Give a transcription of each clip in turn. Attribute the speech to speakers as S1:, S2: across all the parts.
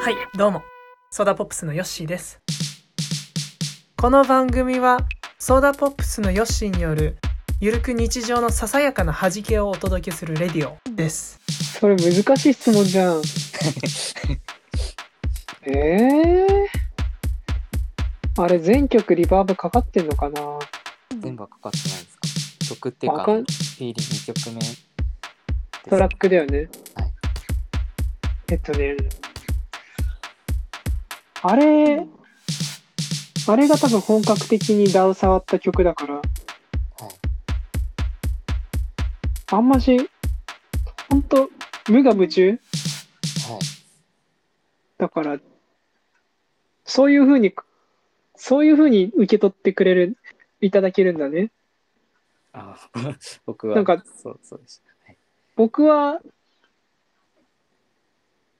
S1: はいどうもソーダポップスのヨッシーですこの番組はソーダポップスのヨッシーによるゆるく日常のささやかな弾けをお届けするレディオです
S2: それ難しい質問じゃん。ええあれ、全曲リバーブかかってんのかな
S3: 全部はかかってないですか曲っていうか
S2: わ
S3: フ
S2: かん
S3: ィーリング2曲目です
S2: トラックだよね。
S3: はい
S2: えっとね。あれ、あれが多分本格的にダウ触った曲だから、
S3: はい
S2: あんまし、ほんと、無我夢中
S3: はい
S2: だから、そういうふうに、そういうふうに受け取ってくれる、いただけるんだね。
S3: あ 僕は
S2: なんか
S3: そうそうでした、はい、
S2: 僕は、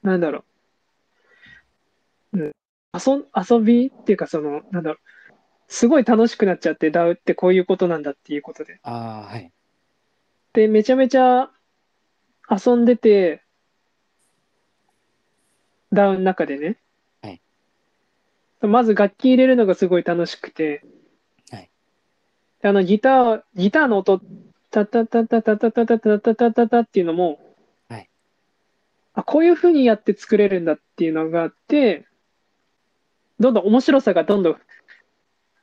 S2: なんだろう。うん。遊遊びっていうか、その、なんだろう。すごい楽しくなっちゃって、ダウってこういうことなんだっていうことで。
S3: ああはい
S2: で、めちゃめちゃ遊んでて、ダウンの中でね。
S3: はい
S2: まず楽器入れるのがすごい楽しくて、
S3: はい
S2: であのギター、ギターの音、タタタタタタタタタタタタタっていうのも、
S3: はい
S2: あ、こういう風にやって作れるんだっていうのがあって、どんどん面白さがどんどん、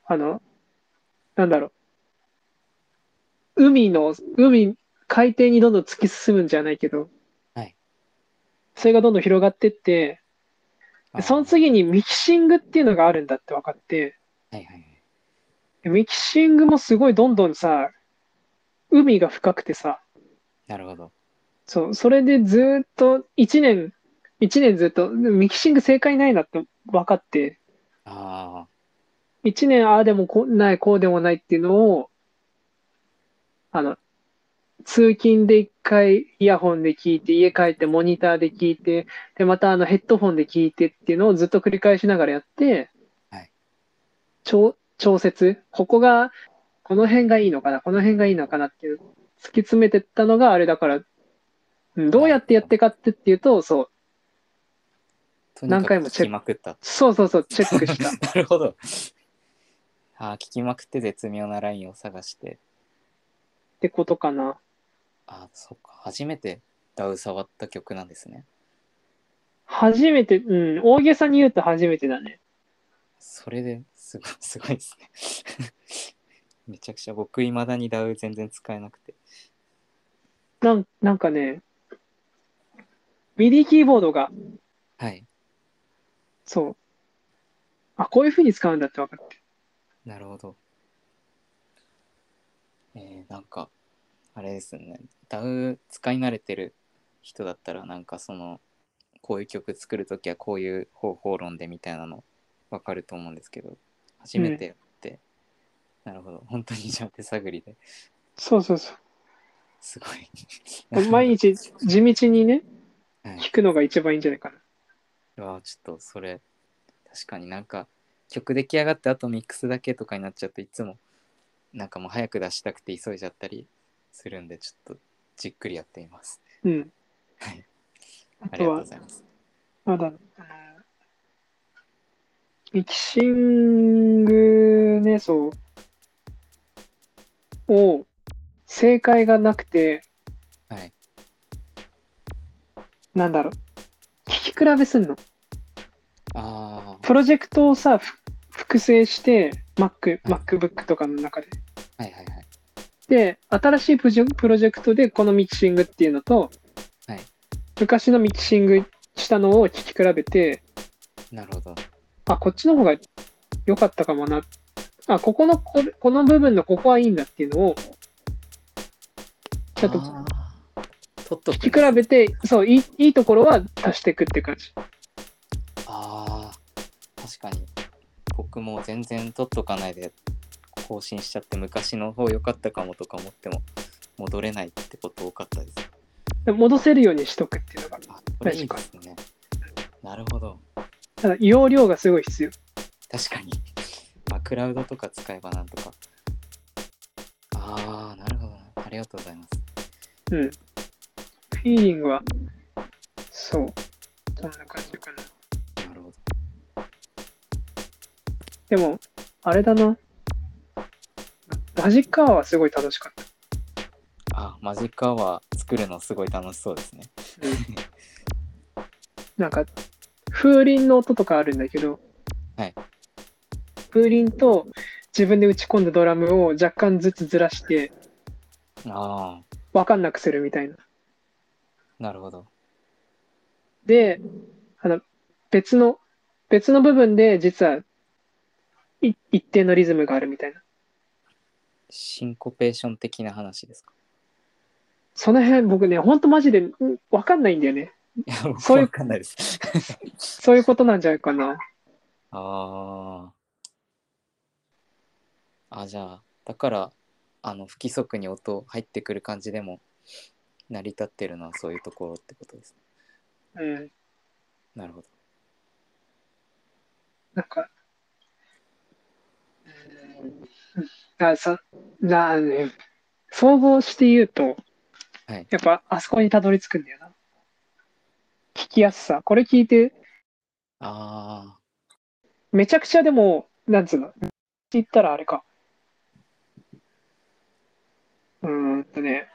S2: あの、なんだろう、海の、海、海底にどんどん突き進むんじゃないけど、
S3: はい
S2: それがどんどん広がってって、
S3: あー
S2: その次にミキシングっていうのがあるんだって分かって、
S3: はいはいはい
S2: ミキシングもすごいどんどんさ、海が深くてさ、
S3: なるほど
S2: そう、それでずーっと1年、1年ずっと、ミキシング正解ないなって分かって、
S3: あ
S2: 1年ああでもこない、こうでもないっていうのを、あの、通勤で1回イヤホンで聞いて、家帰ってモニターで聞いて、で、またあのヘッドホンで聞いてっていうのをずっと繰り返しながらやって、
S3: はい
S2: 調調節、ここが、この辺がいいのかな、この辺がいいのかなっていう、突き詰めてったのがあれだから、うんどうやってやってかってっていうと、そう、
S3: あ何
S2: 何回
S3: 回も
S2: も
S3: 聞
S2: チェック
S3: きまくった
S2: そうそうそう、チェックした。
S3: なるほどああ聞きまくって絶妙なラインを探して
S2: ってことかな。
S3: ああそっか初めてダウ触った曲なんですね
S2: 初めて、うん、大げさに言うと初めてだね。
S3: それですごい すごいですね めちゃくちゃ僕いまだにダウ全然使えなくて
S2: なんなんかね、ミディキーボードが、
S3: はい
S2: そう。あ、こういう風に使うんだって分かって。
S3: なるほど。えーなんか、あれですね。DAW 使い慣れてる人だったら、なんかその、こういう曲作るときはこういう方法論でみたいなのわかると思うんですけど、初めてやって、なるほど。本当にじゃあ手探りで
S2: そうそうそ
S3: すごい。
S2: う。毎日地道にね、
S3: はい
S2: 弾くのが一番いいんじゃないかな。
S3: うわちょっとそれ確かになんか曲出来上がってあとミックスだけとかになっちゃうといつもなんかもう早く出したくて急いじゃったりするんでちょっとじっくりやっています
S2: うん。
S3: はい
S2: あ
S3: あ
S2: と
S3: りがとうご
S2: は、
S3: ざいます
S2: なんだろうあのミキシングね、そう。を、正解がなくて、
S3: はい
S2: なんだろう。聞き比べすんの。
S3: あ
S2: プロジェクトをさ、ふ複製して、Mac、
S3: はい
S2: MacBook とかの中で。
S3: あはいはいはい
S2: で、新しいプジェプロジェクトでこのミキシングっていうのと、
S3: はい
S2: 昔のミキシングしたのを聞き比べて、
S3: なるほど
S2: あ、こっちの方が良かったかもな。あ、ここの、これこの部分のここはいいんだっていうのを、ちょっと
S3: あー取っとく
S2: 聞き比べて、そう、いいいいところは足していくって感じ。
S3: あー確かに僕も全然取っとかないで更新しちゃって昔の方良かったかもとか思っても戻れないってこと多かったです
S2: で戻せるようにしとくっていうのが。
S3: あこれいいですね。なるほど。
S2: ただ、容量がすごい必要。
S3: 確かに。まあ、クラウドとか使えばなんとか。ああ、なるほどな。ありがとうございます。
S2: うん。フィーリングは、そう。そんな感じかな。
S3: なる
S2: でも、あれだな。マジカーはすごい楽しかった。
S3: あ、マジカは作るのすごい楽しそうですね。
S2: なんか、風鈴の音とかあるんだけど、
S3: はい
S2: 風鈴と自分で打ち込んだドラムを若干ずつずらして、
S3: ああ、
S2: わかんなくするみたいな。
S3: なるほど。
S2: で、あの、別の、別の部分で実はい一定のリズムがあるみたいな。
S3: シンコペーション的な話ですか。
S2: その辺僕ね、ほんとマジでんわかんないんだよね。
S3: いや、僕
S2: そういう
S3: わかんないです。
S2: そういうことなんじゃないかな。
S3: ああ。あ、じゃあ、だから、あの、不規則に音入ってくる感じでも、成り立ってるのはそういうところってことですね。
S2: うん。
S3: なるほど。
S2: なんか、うんあそな総合して言うと、
S3: はい
S2: やっぱあそこにたどり着くんだよな。聞きやすさ。これ聞いて、
S3: あ
S2: めちゃくちゃでも、なんつうの、って言ったらあれか。うーんとね、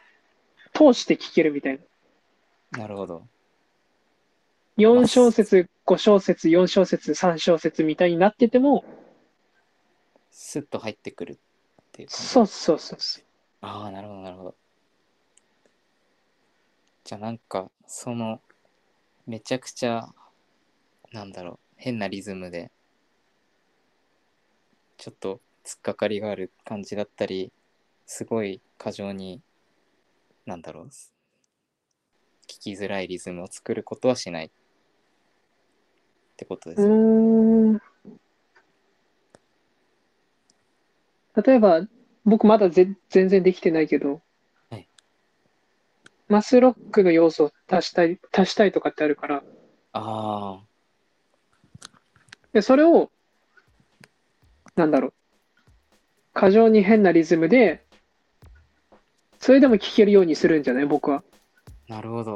S2: 通して聞けるみたいな。
S3: あ、なるほど。
S2: 4小節、5小節、4小節、3小節みたいになってても、
S3: スッと入ってくるっていう感じ。
S2: そうそうそうそう。
S3: ああ、なるほど、なるほど。じゃあなんか、その、めちゃくちゃ、なんだろう、変なリズムで、ちょっと突っかかりがある感じだったり、すごい過剰に、なんだろう、聞きづらいリズムを作ることはしない。ってことです
S2: う
S3: ね。
S2: ーん例えば、僕まだぜ全然できてないけど、
S3: はい
S2: マスロックの要素を足したい、足したいとかってあるから、
S3: ああ、
S2: でそれを、なんだろう、過剰に変なリズムで、それでも聴けるようにするんじゃない僕は。
S3: なるほど。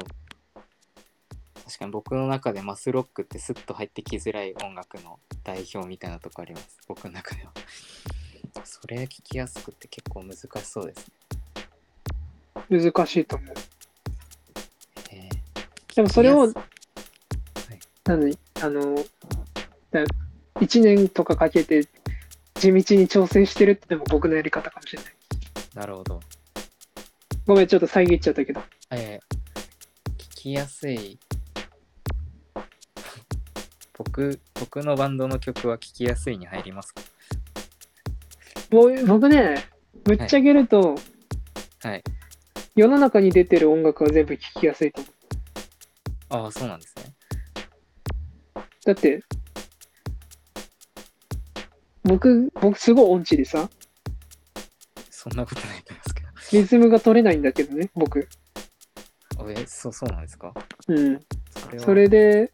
S3: 確かに僕の中でマスロックってスッと入ってきづらい音楽の代表みたいなとこあります。僕の中では。それ聞きやすくって結構難しそうです
S2: 難しいと思う。
S3: ね。
S2: でもそれを
S3: 聞きやす
S2: なのに、あの、だ1年とかかけて地道に挑戦してるってのも僕のやり方かもしれない。
S3: なるほど。
S2: ごめん、ちょっと遮っちゃったけど。
S3: えー聞きやすい。 僕、僕のバンドの曲は聞きやすいに入りますか
S2: ぼ僕ね、ぶっちゃけると、
S3: はい。
S2: 世の中に出てる音楽は全部聴きやすいと思う。
S3: ああ、そうなんですね。
S2: だって、僕、僕すごい音痴でさ、
S3: そんなことないと思いますけど
S2: リズムが取れないんだけどね、僕。。
S3: あえ、そう、そうなんですか
S2: うん。
S3: それは
S2: それで、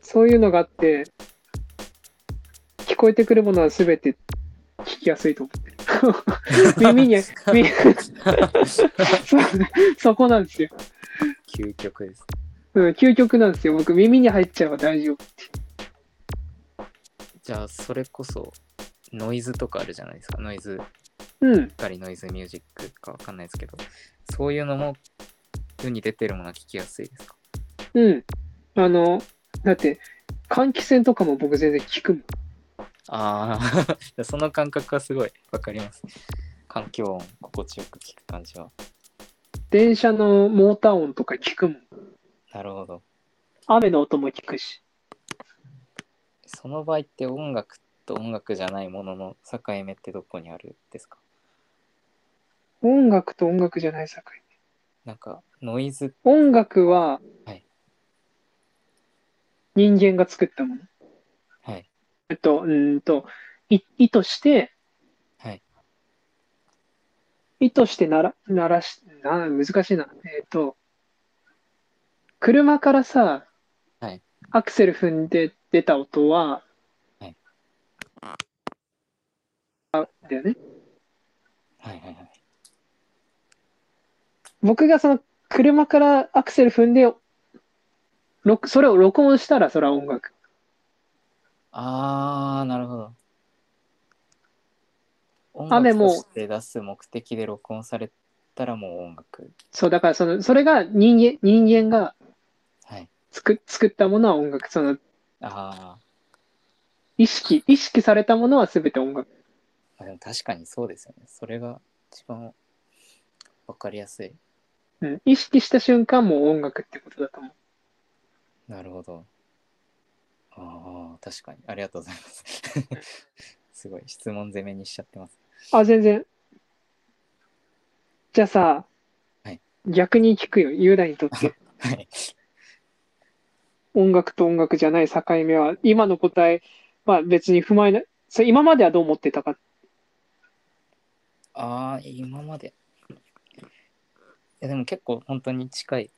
S2: そういうのがあって、聞こえてくるものは全て聞きやすいと思ってる。 耳に、耳 そうそこなんですよ。
S3: 究極です。
S2: うん、究極なんですよ。僕、耳に入っちゃえば大丈夫。
S3: じゃあそれこそノイズとかあるじゃないですかノイズ
S2: うん、
S3: ガリノイズミュージックかわかんないですけどそういうのも世に出てるものは聞きやすいですか
S2: うん。あの、だって、換気扇とかも僕全然聞くもん。
S3: ああ その感覚はすごいわかります環境音心地よく聞く感じは
S2: 電車のモーター音とか聞くもん。
S3: なるほど
S2: 雨の音も聞くし。
S3: その場合って音楽と音楽じゃないものの境目ってどこにあるんですか
S2: 音楽と音楽じゃない作品。
S3: なんかノイズ
S2: 音楽は
S3: はい、
S2: 人間が作ったもの。
S3: はい
S2: えっと、うーんと、い意図して、
S3: はい
S2: 意図してなら、ならし、な、難しいな。えっと、車からさ、
S3: はい
S2: アクセル踏んで出た音は、
S3: はい
S2: あだよね。
S3: はいはいはい
S2: 僕がその車からアクセル踏んで、録それを録音したらそれは音楽。
S3: あー、なるほど。音
S2: 雨
S3: 楽
S2: も
S3: として出す目的で録音されたらもう音楽。
S2: そう、だからその、それが人間、人間が
S3: はい。
S2: 作作ったものは音楽、その、
S3: あ
S2: 意識、意識されたものは全て音楽。
S3: ー、あでも確かにそうですよね。それが一番わかりやすい。
S2: うん、意識した瞬間もう音楽ってことだと思う。
S3: なるほど。ああ、確かに。ありがとうございます。 すごい。質問攻めにしちゃってます。
S2: あ、全然。じゃあさ、
S3: はい
S2: 逆に聞くよ、雄大にと って。
S3: はい。
S2: 音楽と音楽じゃない境目は、今の答えは別に不満ない。それ今まではどう思ってたか。
S3: ああ、今まで。いや、でも結構本当に近い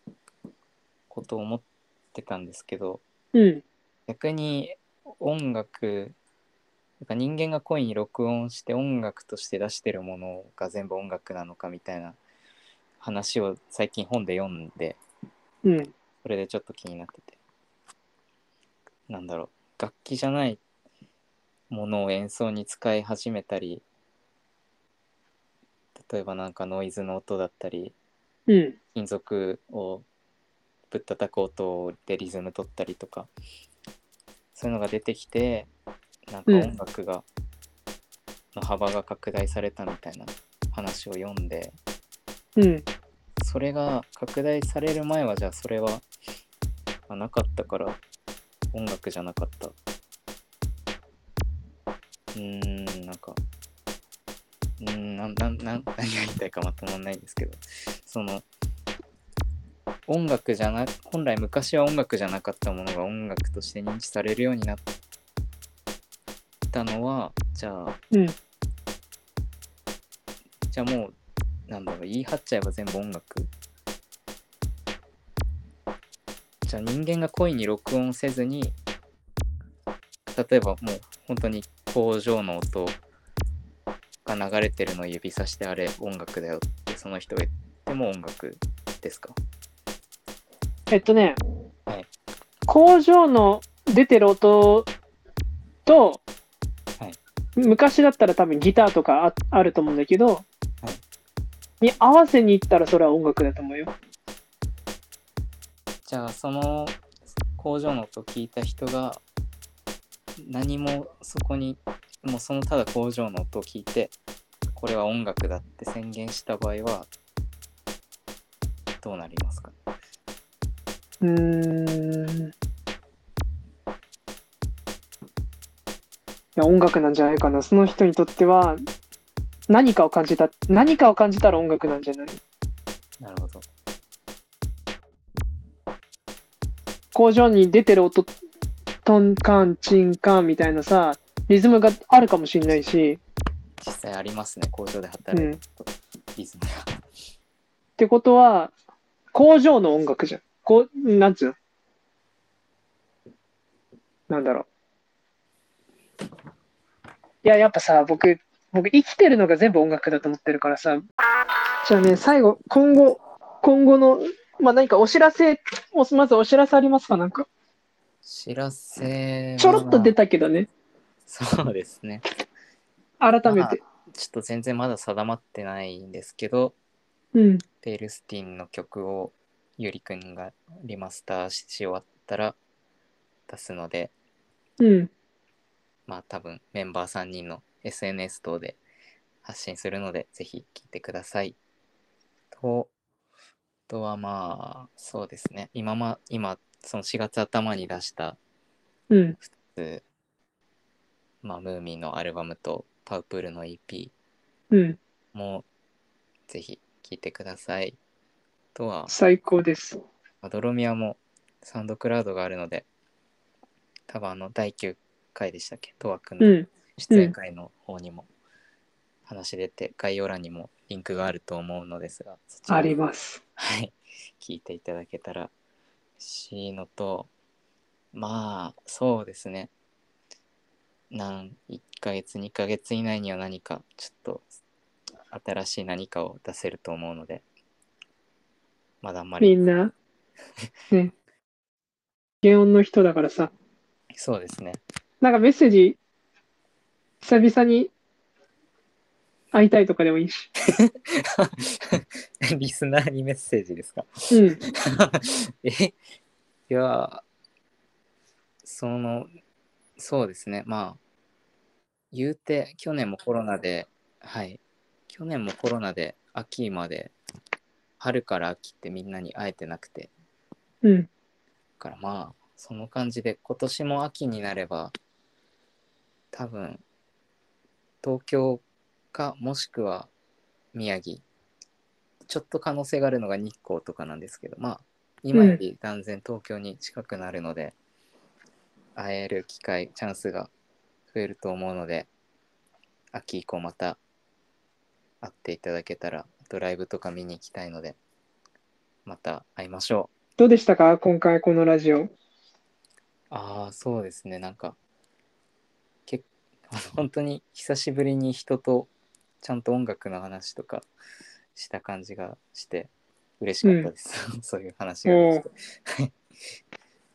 S3: ことを思ってたんですけど、
S2: うん。
S3: 逆に音楽、なんか人間が声に録音して音楽として出してるものが全部音楽なのかみたいな話を最近本で読んで、
S2: うん。
S3: それでちょっと気になってて。なんだろう。楽器じゃないものを演奏に使い始めたり、例えばなんかノイズの音だったり、
S2: うん。
S3: 金属をぶったたく音でリズム取ったりとか、そういうのが出てきて、なんか
S2: うん
S3: 音楽が、の幅が拡大されたみたいな話を読んで、
S2: うん。
S3: それが拡大される前はじゃあそれはあなかったから音楽じゃなかったうーんなんかうーんなんなんなん 何が言いたいかまとまんないんですけどその音楽じゃな本来昔は音楽じゃなかったものが音楽として認知されるようになったのはじゃあ
S2: うん。
S3: じゃあもう、なんだろう、言い張っちゃえば全部音楽じゃあ人間が故意に録音せずに、例えばもう本当に工場の音が流れてるのを指さしてあれ音楽だよってその人が言っても音楽ですか
S2: えっとね、
S3: はい
S2: 工場の出てる音と、
S3: はい
S2: 昔だったら多分ギターとかああると思うんだけど、に合わせに行ったらそれは音楽だと思うよ。
S3: じゃあその工場の音聞いた人が何もそこにもうそのただ工場の音を聞いてこれは音楽だって宣言した場合はどうなりますか
S2: うーん。いや音楽なんじゃないかな。その人にとっては何かを感じた、何かを感じたら音楽なんじゃない
S3: なるほど
S2: 工場に出てる音トンカンチンカンみたいなさリズムがあるかもしれないし、
S3: 実際ありますね工場で
S2: う
S3: 働
S2: ん、
S3: く
S2: っ
S3: リズムが、
S2: てことは工場の音楽じゃんこうなんつうのなんだろういややっぱさ僕僕生きてるのが全部音楽だと思ってるからさじゃあね最後今後今後のまあ何かお知らせおまずお知らせありますかなんか
S3: 知らせは
S2: ちょろっと出たけどね
S3: そうですね
S2: 改め
S3: まあ
S2: て
S3: ちょっと全然まだ定まってないんですけど
S2: うん
S3: ペールスティンの曲をゆりくんがリマスターし終わったら出すので、
S2: うん
S3: まあ多分メンバー3人の SNS 等で発信するので、ぜひ聴いてください。と、あとはまあ、そうですね。今ま、今、その4月頭に出した、
S2: うん
S3: えーまあ、ムーミンのアルバムとパウプールの EP
S2: うん
S3: もぜひ聴いてください。あとは、
S2: 最高です。
S3: アドロミアもサウンドクラウドがあるので、多分あの第9回でしたっけ、トワ君
S2: う
S3: の
S2: ん。
S3: 出演会の方にも話出て、概要欄にもリンクがあると思うのですが、そちら
S2: あ
S3: も
S2: ります。
S3: はい、聞いていただけたら嬉しいのと、まあ、そうですね。なん、1ヶ月、2ヶ月以内には何か、ちょっと、新しい何かを出せると思うので、まだあんまり
S2: みんな。ね。原音の人だからさ。
S3: そうですね。
S2: なんかメッセージ、久々に会いたいとかでもいいし。
S3: リスナーにメッセージですか
S2: うん。
S3: え いやそのそうですねまあ言うて去年もコロナではい去年もコロナで秋まで春から秋ってみんなに会えてなくて
S2: うん。
S3: からまあその感じで今年も秋になれば多分東京かもしくは宮城ちょっと可能性があるのが日光とかなんですけどまあ今より断然東京に近くなるので、会える機会チャンスが増えると思うので秋以降また会っていただけたらドライブとか見に行きたいのでまた会いましょう。
S2: どうでしたか今回このラジオ。
S3: ああそうですねなんかけ 本当に久しぶりに人とちゃんと音楽の話とかした感じがして嬉しかったです、 そういう話ができて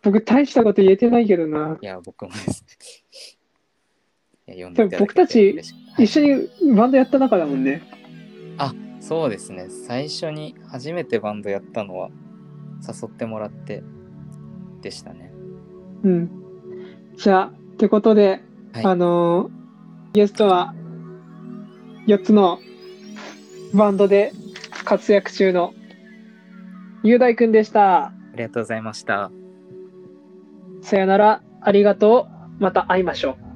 S2: 僕、大したこと言えてないけどな。
S3: いや僕もです いや読ん
S2: で
S3: で
S2: も
S3: いただけて嬉しかった
S2: 一緒にバンドやった中だもんね。
S3: はいそうですね最初に初めてバンドやったのは誘ってもらってでしたね
S2: うん。じゃあ、ってことで、
S3: はい
S2: あのーゲストは、4つのバンドで活躍中の雄大くんでした。
S3: ありがとうございました
S2: さよなら、ありがとう、また会いましょう。